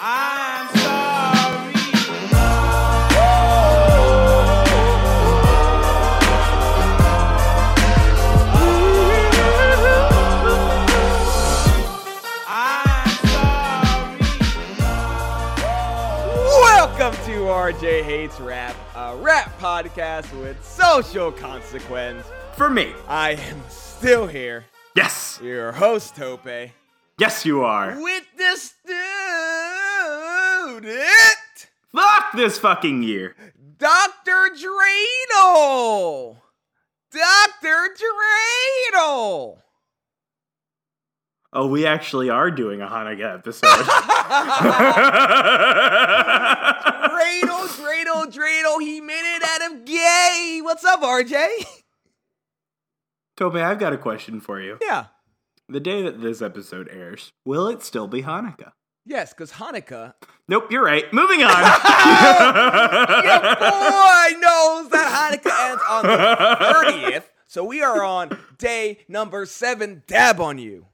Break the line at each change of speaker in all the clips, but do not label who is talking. I'm sorry. I'm sorry. Welcome to RJ Hates Rap, a rap podcast with social consequence.
For me.
I am still here,
Yes.
your host Tope,
Yes, you are.
with this student.
Fuck this fucking year.
Dr. Dreidel! Dr. Dreidel!
Oh, we actually are doing a Hanukkah episode.
Dreidel, Dreidel, Dreidel, he made it out of gay! What's up, RJ?
Tope, I've got a question for you.
Yeah.
The day that this episode airs, will it still be Hanukkah?
Yes, because Hanukkah.
Nope, you're right. Moving on.
Your boy knows that Hanukkah ends on the 30th, so we are on day number seven. Dab on you.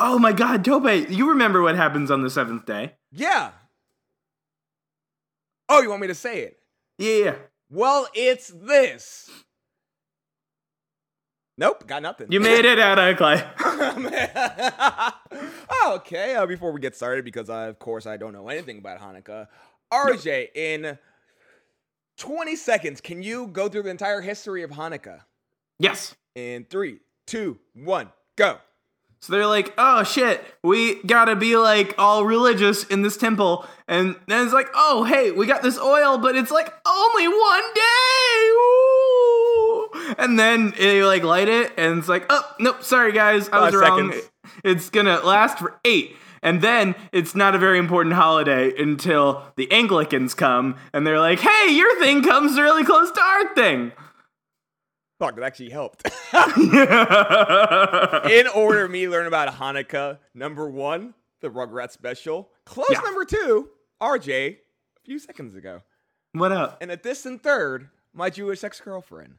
oh my god, Tope, you remember what happens on the seventh day?
Yeah. Oh, you want me to say it?
Yeah, yeah.
Well, it's this. Nope, got nothing.
You made it out, Clay.
okay, uh, before we get started, because I, of course I don't know anything about Hanukkah, RJ, in 20 seconds, can you go through the entire history of Hanukkah?
Yes.
In three, two, one, go.
So they're like, oh shit, we gotta be like all religious in this temple. And then it's like, oh hey, we got this oil, but it's like only one day. Ooh. And then they like light it, and it's like, oh nope, sorry guys, I
Five
was wrong.
seconds.
It's gonna last for eight. And then it's not a very important holiday until the Anglicans come and they're like, hey, your thing comes really close to our thing.
Fuck, it actually helped. in order, me learn about Hanukkah. Number one, the Rugrats special. Close
Yeah.
number two, RJ, a few seconds ago.
what up?
and a distant third, my Jewish ex girlfriend.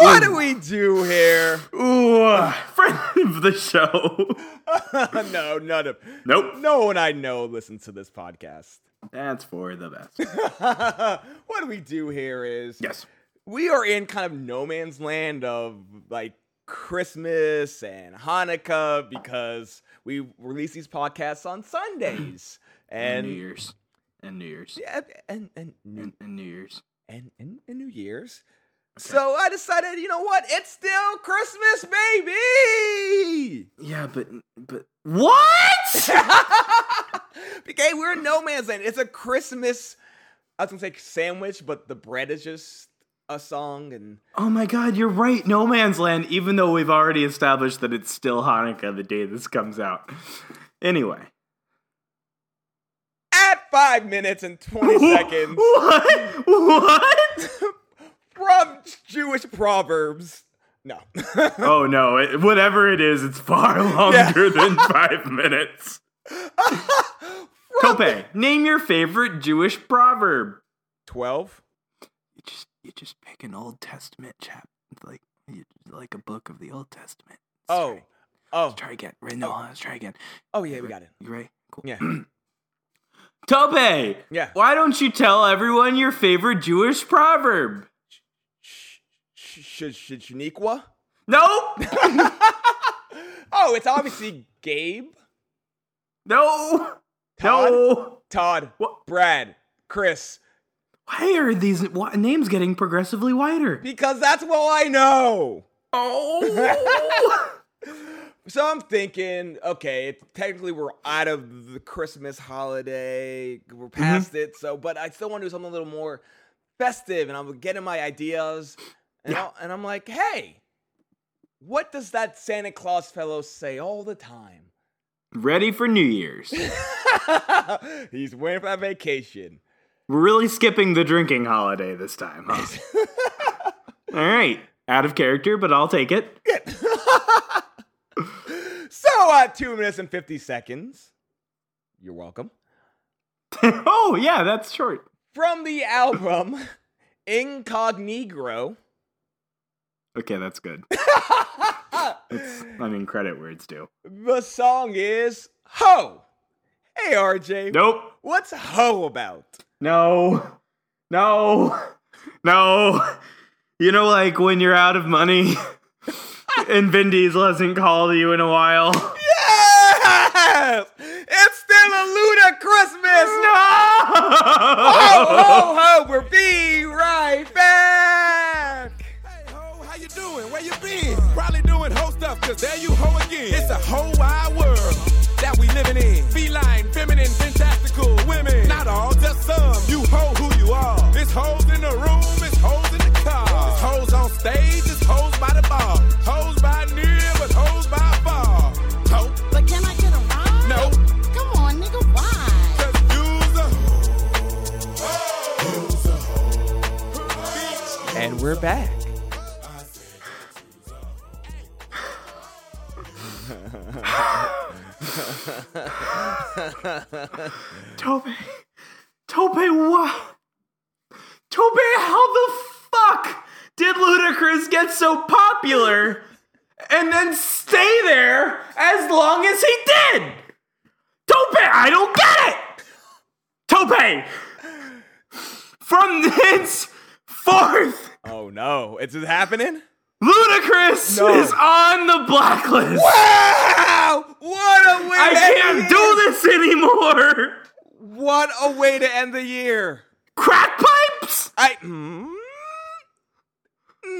What do we do here?
Ooh, friend of the show.
no, none of.
Nope.
No one I know listens to this podcast.
That's for the best.
what we do here is
yes.
we are in kind of no man's land of like Christmas and Hanukkah because we release these podcasts on Sundays
New
and
Year's. And New Year's.
yeah, and and New
And, and New Year's.
and, and, and New Year's. So I decided, you know what? It's still Christmas, baby.
Yeah, but but what?
Okay, we're in no man's land. It's a Christmas. I was gonna say sandwich, but the bread is just a song, and
oh my God, you're right. No man's land. Even though we've already established that it's still Hanukkah the day this comes out. Anyway.
at five minutes and twenty seconds
What? What?
from Jewish proverbs. No,
oh no! It, whatever it is, it's far longer than five minutes. Tope, name your favorite Jewish proverb.
twelve.
you just you just pick an Old Testament chapter, like you, like a book of the Old Testament. Let's
Oh,
try,
oh,
let's try again. Right, no, let's try again.
oh yeah, we got it.
You ready? Cool.
Yeah.
Tope.
Yeah.
Why don't you tell everyone your favorite Jewish proverb?
Should should Shaniqua?
Nope.
Oh, it's obviously Gabe,
no. No.
Todd,
What?
Brad, Chris,
Why are these wh- names getting progressively wider?
because that's all I know.
Oh.
So I'm thinking, okay, it, technically we're out of the Christmas holiday, we're past it. So, but I still want to do something a little more festive, and I'm getting my ideas, and I'll, and I'm like, hey, what does that Santa Claus fellow say all the time?
Ready for New Year's.
He's waiting for that vacation.
We're really skipping the drinking holiday this time, huh? All right. Out of character, but I'll take it.
So at two minutes and fifty seconds, you're welcome.
oh, yeah, that's short.
From the album Incognigro.
Okay, that's good. That's- I mean, credit where it's due.
The song is Ho. Hey RJ.
Nope.
What's Ho about?
No. No. No. You know, like when you're out of money and Vin Diesel hasn't called you in a while.
Yes! It's still a Luna Christmas! Ho,
No!
ho, ho! We're be right back!
Hey ho, how you doing? Where you been? Probably doing ho stuff, cause there you ho again. It's a whole wide world that we living in. Feline, feminine, fantastical women. Not all, just some. You ho who you are. It's hoes in the room, it's hoes in the car. It's hoes on stage, it's hoes by the bar. Hoes by near, but hoes by far. Ho,
But can I get a ride?
no,
Come on, nigga, why?
cause you's a ho. You's a ho. Bitch,
And we're back.
Tope. Tope, what? Tope, how the fuck did Ludacris get so popular and then stay there as long as he did? Tope, I don't get it! Tope! From henceforth,
Oh no, it's happening?
Ludacris
No.
is on the blacklist!
Wow! What a way
I
to end
can't
the year.
do this anymore!
What a way to end the year!
Crack pipes!
I. Mm,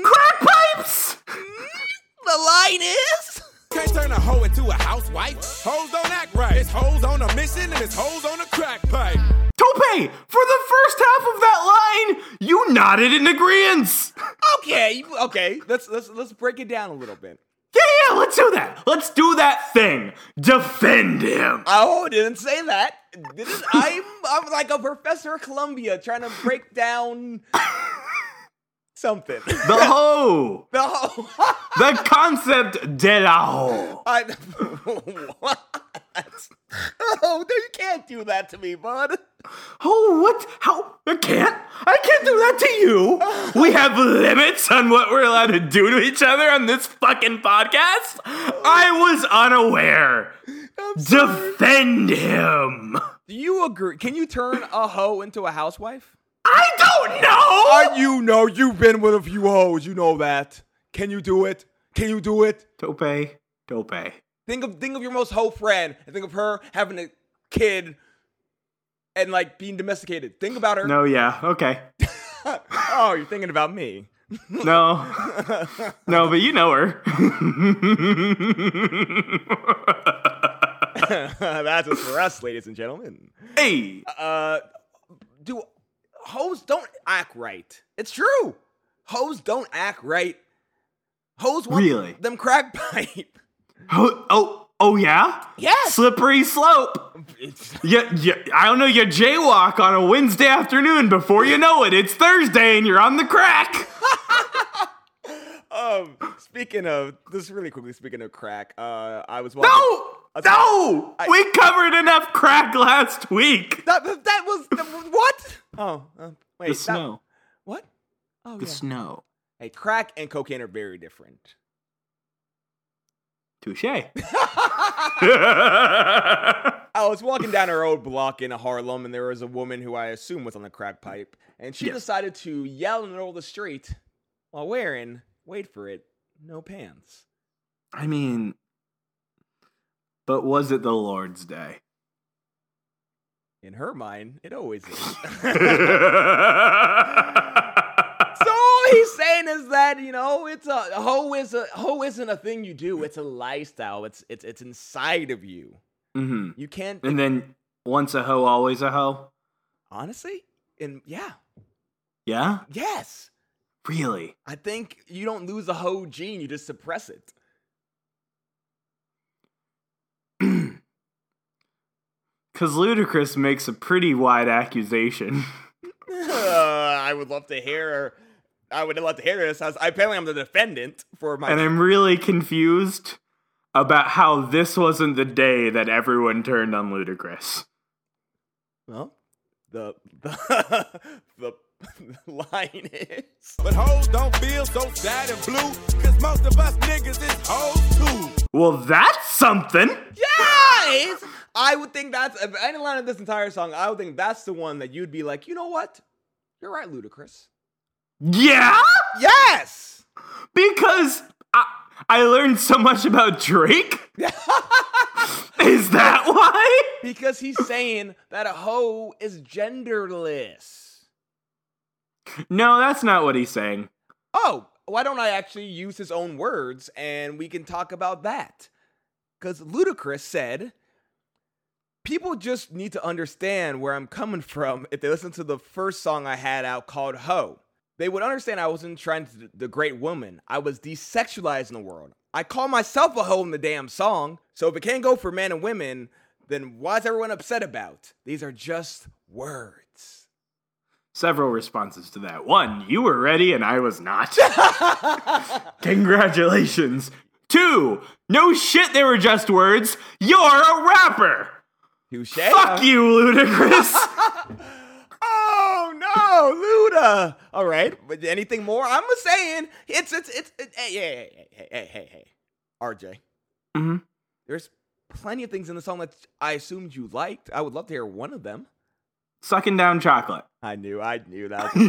Crack pipes!
the line is.
Can't turn a hoe into a housewife. Hoes don't act right. It's hoes on a mission and it's hoes on a crack pipe.
Tope, for the first half of that line, you nodded in agreement.
Okay, okay. Let's let's let's break it down a little bit.
Yeah, yeah, let's do that. Let's do that thing. Defend him.
Oh, didn't say that. Didn't, I'm I'm like a professor of Columbia trying to break down something.
The hoe.
No,
The concept de la hoe.
I what? Oh, no, you can't do that to me, bud.
Oh, what? How? I can't. I can't do that to you. We have limits on what we're allowed to do to each other on this fucking podcast. I was unaware. Defend him.
Do you agree? Can you turn a hoe into a housewife?
I don't know.
you know you've been with a few hoes. You know that. Can you do it? Can you do it?
Tope, Tope.
Think of think of your most hoe friend and think of her having a kid and like being domesticated. Think about her.
No, yeah, okay.
Oh, you're thinking about me.
No, no, but you know her.
That's just for us, ladies and gentlemen.
hey,
Uh do hoes don't act right. It's true. Hoes don't act right. Hoes want
Really?
them crack pipe.
oh, oh, oh, yeah,
Yes.
Slippery slope.
It's-
Yeah, yeah. I don't know. You jaywalk on a Wednesday afternoon. Before you know it, it's Thursday, and you're on the crack.
um speaking of this really quickly, speaking of crack, uh I was watching
No, no.
I-
we covered enough crack last week.
that, that was the, what? Oh, uh, wait.
The
that-
snow.
What? Oh,
The
yeah.
snow.
Hey, crack and cocaine are very different.
Touche.
I was walking down a road block in Harlem, and there was a woman who I assume was on the crack pipe, and she
Yes.
decided to yell in the middle of the street while wearing, wait for it, no pants.
I mean, but was it the Lord's Day?
In her mind, it always is. so
so,
all he's saying is that you know it's a hoe is a hoe isn't a thing you do. It's a lifestyle. It's it's it's inside of you.
hmm
You can't
And then once a hoe, always a hoe.
honestly. And yeah,
Yeah,
yes.
really.
I think you don't lose a hoe gene, you just suppress it.
Because Ludacris makes a pretty wide accusation.
I would love to hear I would love to hear this. I was, apparently, I'm the defendant for my.
And I'm really confused about how this wasn't the day that everyone turned on Ludacris.
well, the the the line is.
But hoes don't feel so sad and blue, cause most of us niggas is hoes too.
Well, that's something.
Guys, I would think that's of any line of this entire song. I would think that's the one that you'd be like, you know what? You're right, Ludacris.
Yeah,
Yes.
because I, I learned so much about Drake. Is that why?
Because he's saying that a hoe is genderless.
No, that's not what he's saying.
Oh, why don't I actually use his own words and we can talk about that? Because Ludacris said, People just need to understand where I'm coming from if they listen to the first song I had out called Ho. They would understand I wasn't trying to the great woman. I was desexualizing the world. I call myself a hoe in the damn song. So if it can't go for men and women, then why's everyone upset about? These are just words.
Several responses to that. One, you were ready and I was not. Congratulations. Two, no shit, they were just words. You're a rapper.
Touche.
Fuck you, Ludacris.
Oh no, Luda! All right, but anything more? I'm just saying it's it's it's it, hey hey hey hey hey hey hey, RJ.
Mhm.
There's plenty of things in the song that I assumed you liked. I would love to hear one of them.
Sucking down chocolate.
I knew, I knew that. was-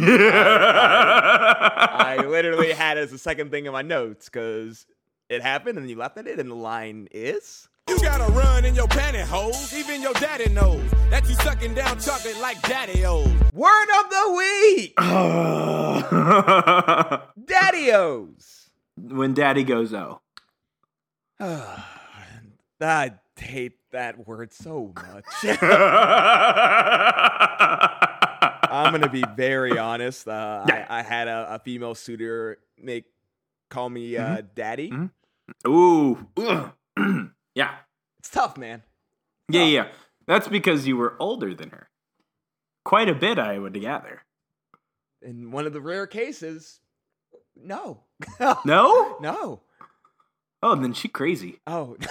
I literally had it as the second thing in my notes because it happened and you laughed at it. And the line is,
You gotta run in your pantyhose, even your daddy knows that you sucking down chocolate like daddy old.
"Word of the week, Daddy-O's."
when daddy goes oh.
I hate that word so much. I'm gonna be very honest. Uh,
Yeah.
I, I had a, a female suitor make call me uh,
Mm-hmm.
daddy.
Ooh. Ugh. yeah.
It's tough, man.
Yeah, yeah. That's because you were older than her. Quite a bit, I would gather.
In one of the rare cases, no,
No?
no.
Oh, then she crazy.
Oh,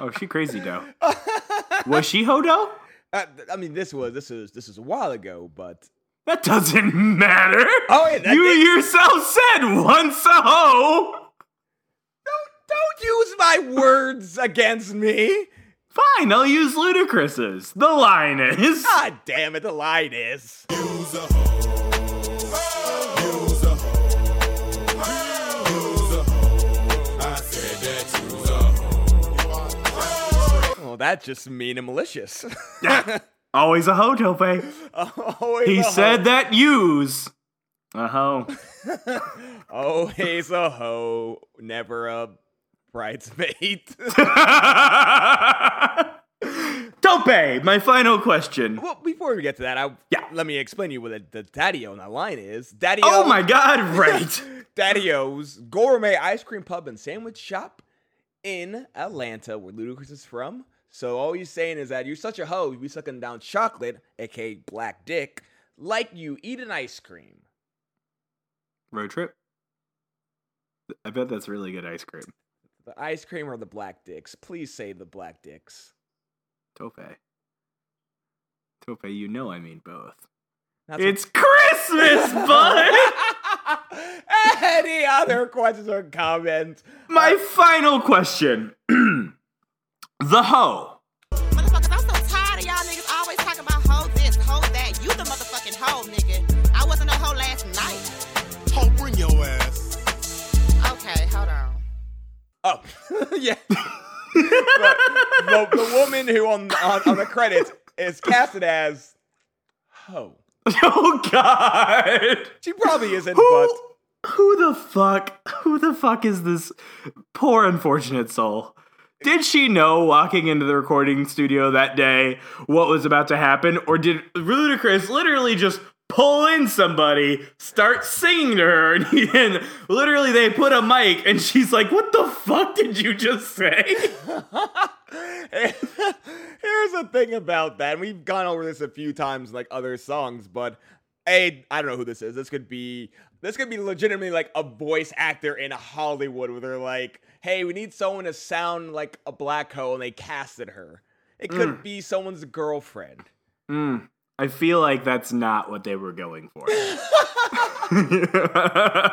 Oh, she crazy though. Was she Hodo?
I, I mean, this was this is this is a while ago, but
That doesn't matter.
Oh, yeah, that
you
did-
yourself said once a hoe.
don't use my words against me.
Fine, I'll use Ludacris's. The line is.
God damn it, the line is.
Use a hoe. Use a hoe. Use a hoe. I said that you's a hoe.
Well, that's just mean and malicious.
Always a hoe, Tope.
Always
He
a
said
hoe.
that use. A hoe.
always a hoe, never a bridesmaid.
Tope, my final question.
Well, before we get to that, I
Yeah.
let me explain you what the, the daddy-o in that line is. Daddy-o,
Oh my god, right.
daddy-o's gourmet ice cream pub and sandwich shop in Atlanta, where Ludacris is from. So all he's saying is that you're such a hoe, you be sucking down chocolate, aka black dick, like you eat an ice cream.
Road trip. I bet that's really good ice cream.
The ice cream or the black dicks? Please say the black dicks.
Tope. Tope, you know I mean both.
That's what-
it's Christmas, bud!
Any other questions or comments?
my final question. the hoe.
Motherfuckers, I'm so tired of y'all niggas always talking about hoe this, hoe that. You the motherfucking hoe, nigga. I wasn't a hoe last night.
Hoe, bring your ass.
Okay, hold on.
Oh, yeah. the, the, the woman who on, on on the credits is casted as ho.
Oh god.
She probably isn't,
Who,
but
who the fuck? Who the fuck is this poor unfortunate soul? Did she know walking into the recording studio that day what was about to happen, or did Ludacris literally just pull in somebody, start singing to her, and, he- and literally they put a mic, and she's like, "What the fuck did you just say?"
here's the thing about that. and We've gone over this a few times, like other songs, but a I don't know who this is. This could be this could be legitimately like a voice actor in Hollywood where they're like, hey, we need someone to sound like a black hoe, and they casted her. It could be someone's girlfriend.
Mm, I feel like that's not what they were going for.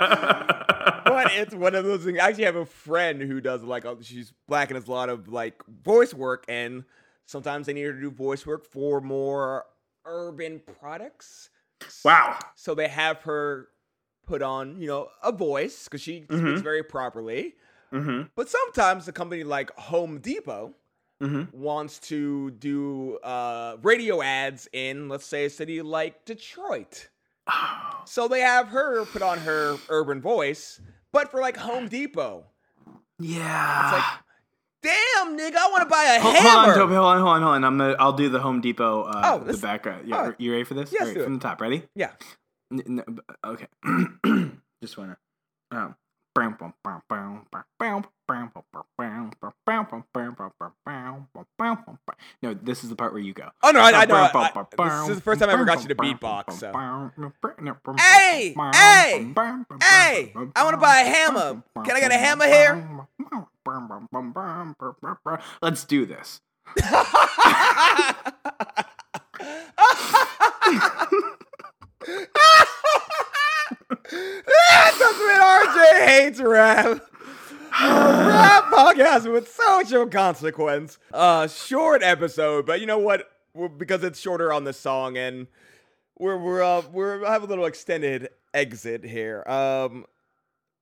but it's one of those things. I actually have a friend who does like uh, she's black and does a lot of like voice work, and sometimes they need her to do voice work for more urban products.
wow.
So they have her put on, you know, a voice because she
Mm-hmm.
speaks very properly.
Mhm.
But sometimes a company like Home Depot
Mhm.
wants to do uh, radio ads in, let's say, a city like Detroit. so they have her put on her urban voice, but for like Home Depot.
Yeah.
Damn, nigga, I want to buy a
Hold, hold
hammer.
on, Toby. Hold on, hold on, hold on. I'm gonna, I'll do the Home Depot. Uh,
Oh,
the
this-
background. You,
oh.
you ready for this?
Yes,
Alright,
do it.
from the top. Ready?
Yeah.
N- n- b- okay. Just wanna. Um. No, this is the part where you go.
Oh, no, I- I know, I- I- this is the first time I ever got you to beatbox, so. Hey, hey, hey, I wanna buy a hammer. Can I get a hammer
here? Let's do this.
That's what RJ hates rap. A rap podcast with social consequence. Uh, short episode, but you know what? We're, because it's shorter on the song, and we're we're uh, we're I have a little extended exit here. Um,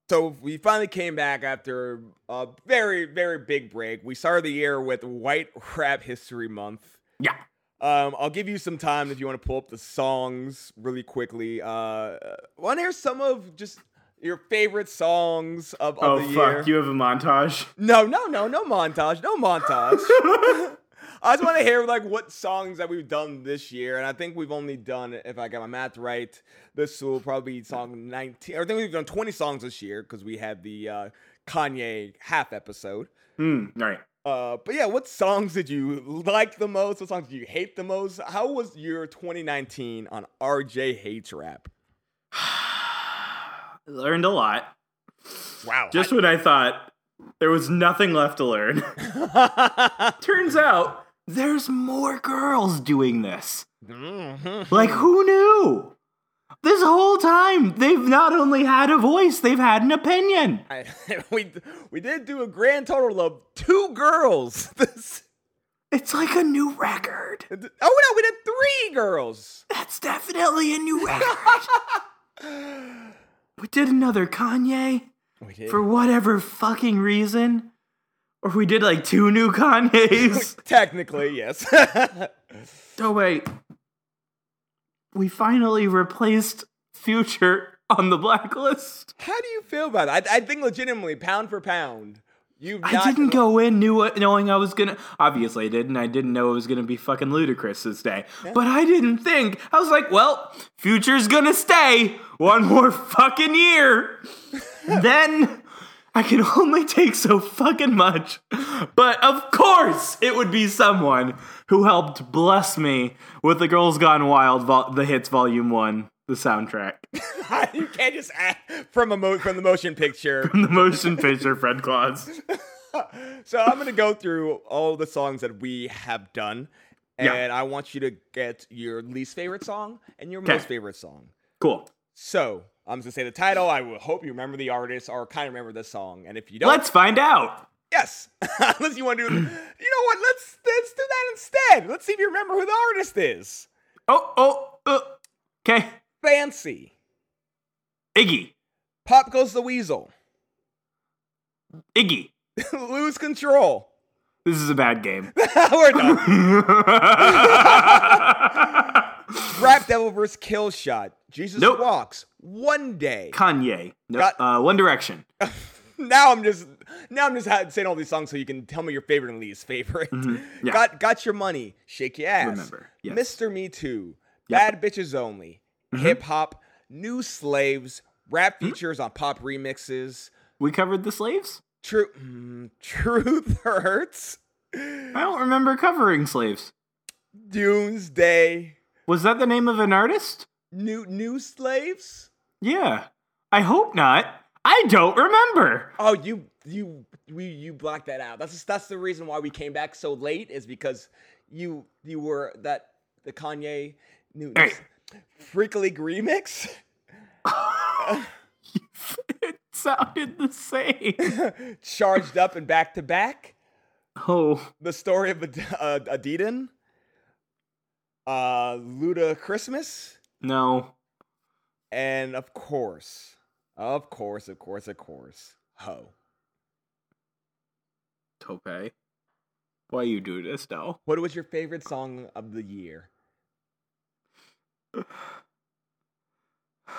so we finally came back after a very very big break. We started the year with White Rap History Month.
Yeah.
Um, I'll give you some time if you want to pull up the songs really quickly. Uh, want to hear some of just your favorite songs of, of
Oh
the year?
fuck! You have a montage.
No, no, no, no montage, no montage. I just want to hear like what songs that we've done this year, and I think we've only done, if I got my math right, this will probably be song nineteen. Or I think we've done twenty songs this year because we had the uh, Kanye half episode.
Hmm. All right.
Uh, but yeah, what songs did you like the most? What songs did you hate the most? How was your 2019 on RJ Hates Rap?
Learned a lot.
Wow.
Just when I thought there was nothing left to learn, turns out there's more girls doing this. Like, who knew? This whole time, they've not only had a voice, they've had an opinion.
I, we we did do a grand total of two girls. This,
It's like a new record.
oh no, we did three girls.
That's definitely a new record. we did another Kanye.
We did.
for whatever fucking reason, or we did like two new Kanye's.
Technically, yes.
oh wait, we finally replaced Future on the blacklist.
How do you feel about that? I, I think legitimately, pound for pound, you've not,
I didn't go in knew what, knowing I was gonna. Obviously, I didn't. I didn't know it was gonna be fucking ludicrous this day. But I didn't think. I was like, well, Future's gonna stay one more fucking year. then I can only take so fucking much. But of course, it would be someone who helped bless me with the Girls Gone Wild, vol- the hits volume one, the soundtrack,
you can't just act from a mo- from the motion picture.
the motion picture Fred Claus.
So I'm gonna go through all the songs that we have done,
Yeah.
and I want you to get your least favorite song and your
'Kay.
most favorite song.
Cool.
So I'm just gonna say the title. I will hope you remember the artist or kind of remember the song. And if you don't,
Let's find out.
yes, unless you want to, do, you know what? Let's let's do that instead. Let's see if you remember who the artist is.
Oh, oh, uh, okay.
Fancy.
Iggy,
Pop goes the weasel.
Iggy,
Lose control.
this is a bad game.
We're done. Rap Devil vs. Kill Shot. Jesus
Nope.
walks. One day.
Kanye, no,
Got-
uh, One Direction.
now I'm just now I'm just ha- saying all these songs so you can tell me your favorite and least favorite.
Mm-hmm. yeah.
Got got your money, shake your ass.
Remember, yes.
Mr. Me Too,
Yep.
Bad
Mm-hmm.
Bitches Only, Hip Hop, New Slaves, Rap features on pop remixes.
We covered the slaves.
True, mm, Truth Hurts,
I don't remember covering slaves.
Doomsday.
Was that the name of an artist?
New new slaves?
Yeah. I hope not. I don't remember.
Oh, you you we you blocked that out. That's that's the reason why we came back so late is because you you were that the Kanye new
Hey.
Freakily remix.
it sounded the same.
charged up and back to back.
Oh,
The story of Ad- uh, Adidan. Uh, Luda Christmas.
no.
And of course, of course, of course, of course, Ho.
Tope. Why you do this now?
What was your favorite song of the year?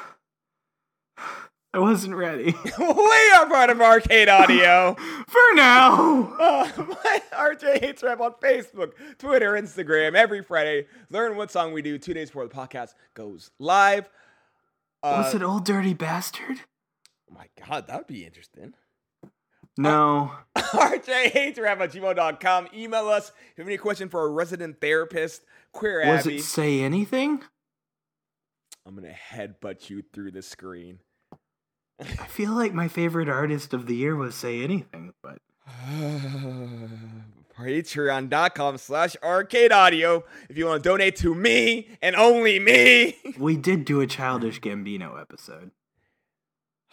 I wasn't ready.
we are part of Arcade Audio.
For now.
Uh, my RJ Hates Rap on Facebook, Twitter, Instagram every Friday. Learn what song we do two days before the podcast goes live. Uh,
was it old dirty bastard?
oh my God, that would be interesting.
No.
RJHateRap at gmail.com. Email us if you have any question for a resident therapist, queer
was
Abby.
it say anything?
I'm going to headbutt you through the screen.
I feel like my favorite artist of the year was say anything, but
Patreon.com slash arcade audio if you want to donate to me and only me.
we did do a childish Gambino episode.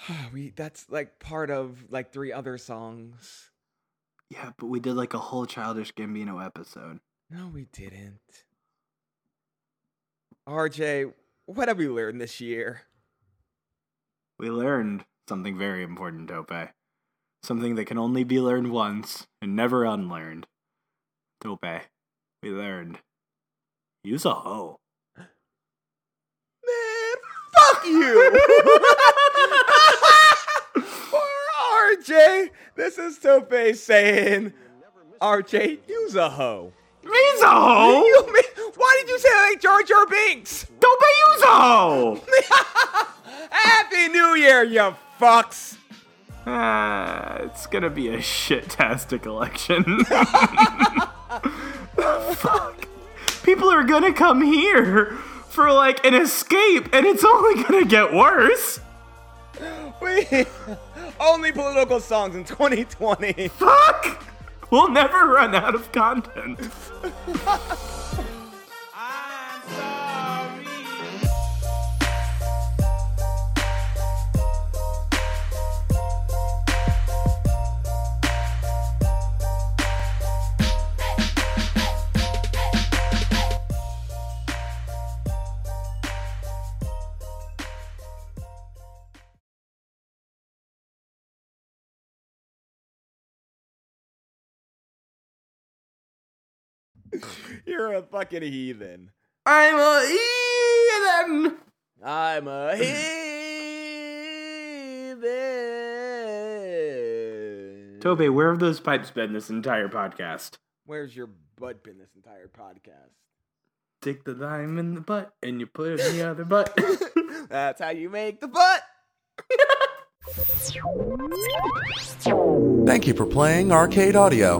we, that's like part of like three other songs.
Yeah, but we did like a whole childish Gambino episode.
No, we didn't. RJ, what have we learned this year?
We learned something very important, Tope. Something that can only be learned once and never unlearned. Tope, we learned. Use a hoe.
Man, fuck you! Poor RJ! This is Tope saying, RJ, use a hoe.
Use a hoe?
You mean- why did you say that like Jar Jar Binks?
Tope, use a hoe!
Happy New Year, you fucks!
Ah, it's gonna be a shit-tastic election. Fuck. People are gonna come here for like an escape, and it's only gonna get worse.
We only political songs in 2020.
Fuck! We'll never run out of content.
You're a fucking heathen.
I'm a heathen.
I'm a heathen.
Tobe, where have those pipes been this entire podcast?
Where's your butt been this entire podcast?
Stick the lime in the butt, and you put it in the other butt.
That's how you make the butt.
Thank you for playing Arcade Audio.